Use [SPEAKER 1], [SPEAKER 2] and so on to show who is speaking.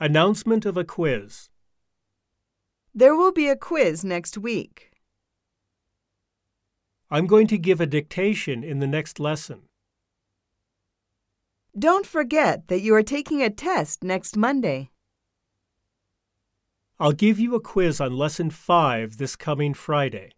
[SPEAKER 1] Announcement of a quiz.
[SPEAKER 2] There will be a quiz next week.
[SPEAKER 1] I'm going to give a dictation in the next lesson.
[SPEAKER 2] Don't forget that you are taking a test next Monday.
[SPEAKER 1] I'll give you a quiz on lesson 5 this coming Friday.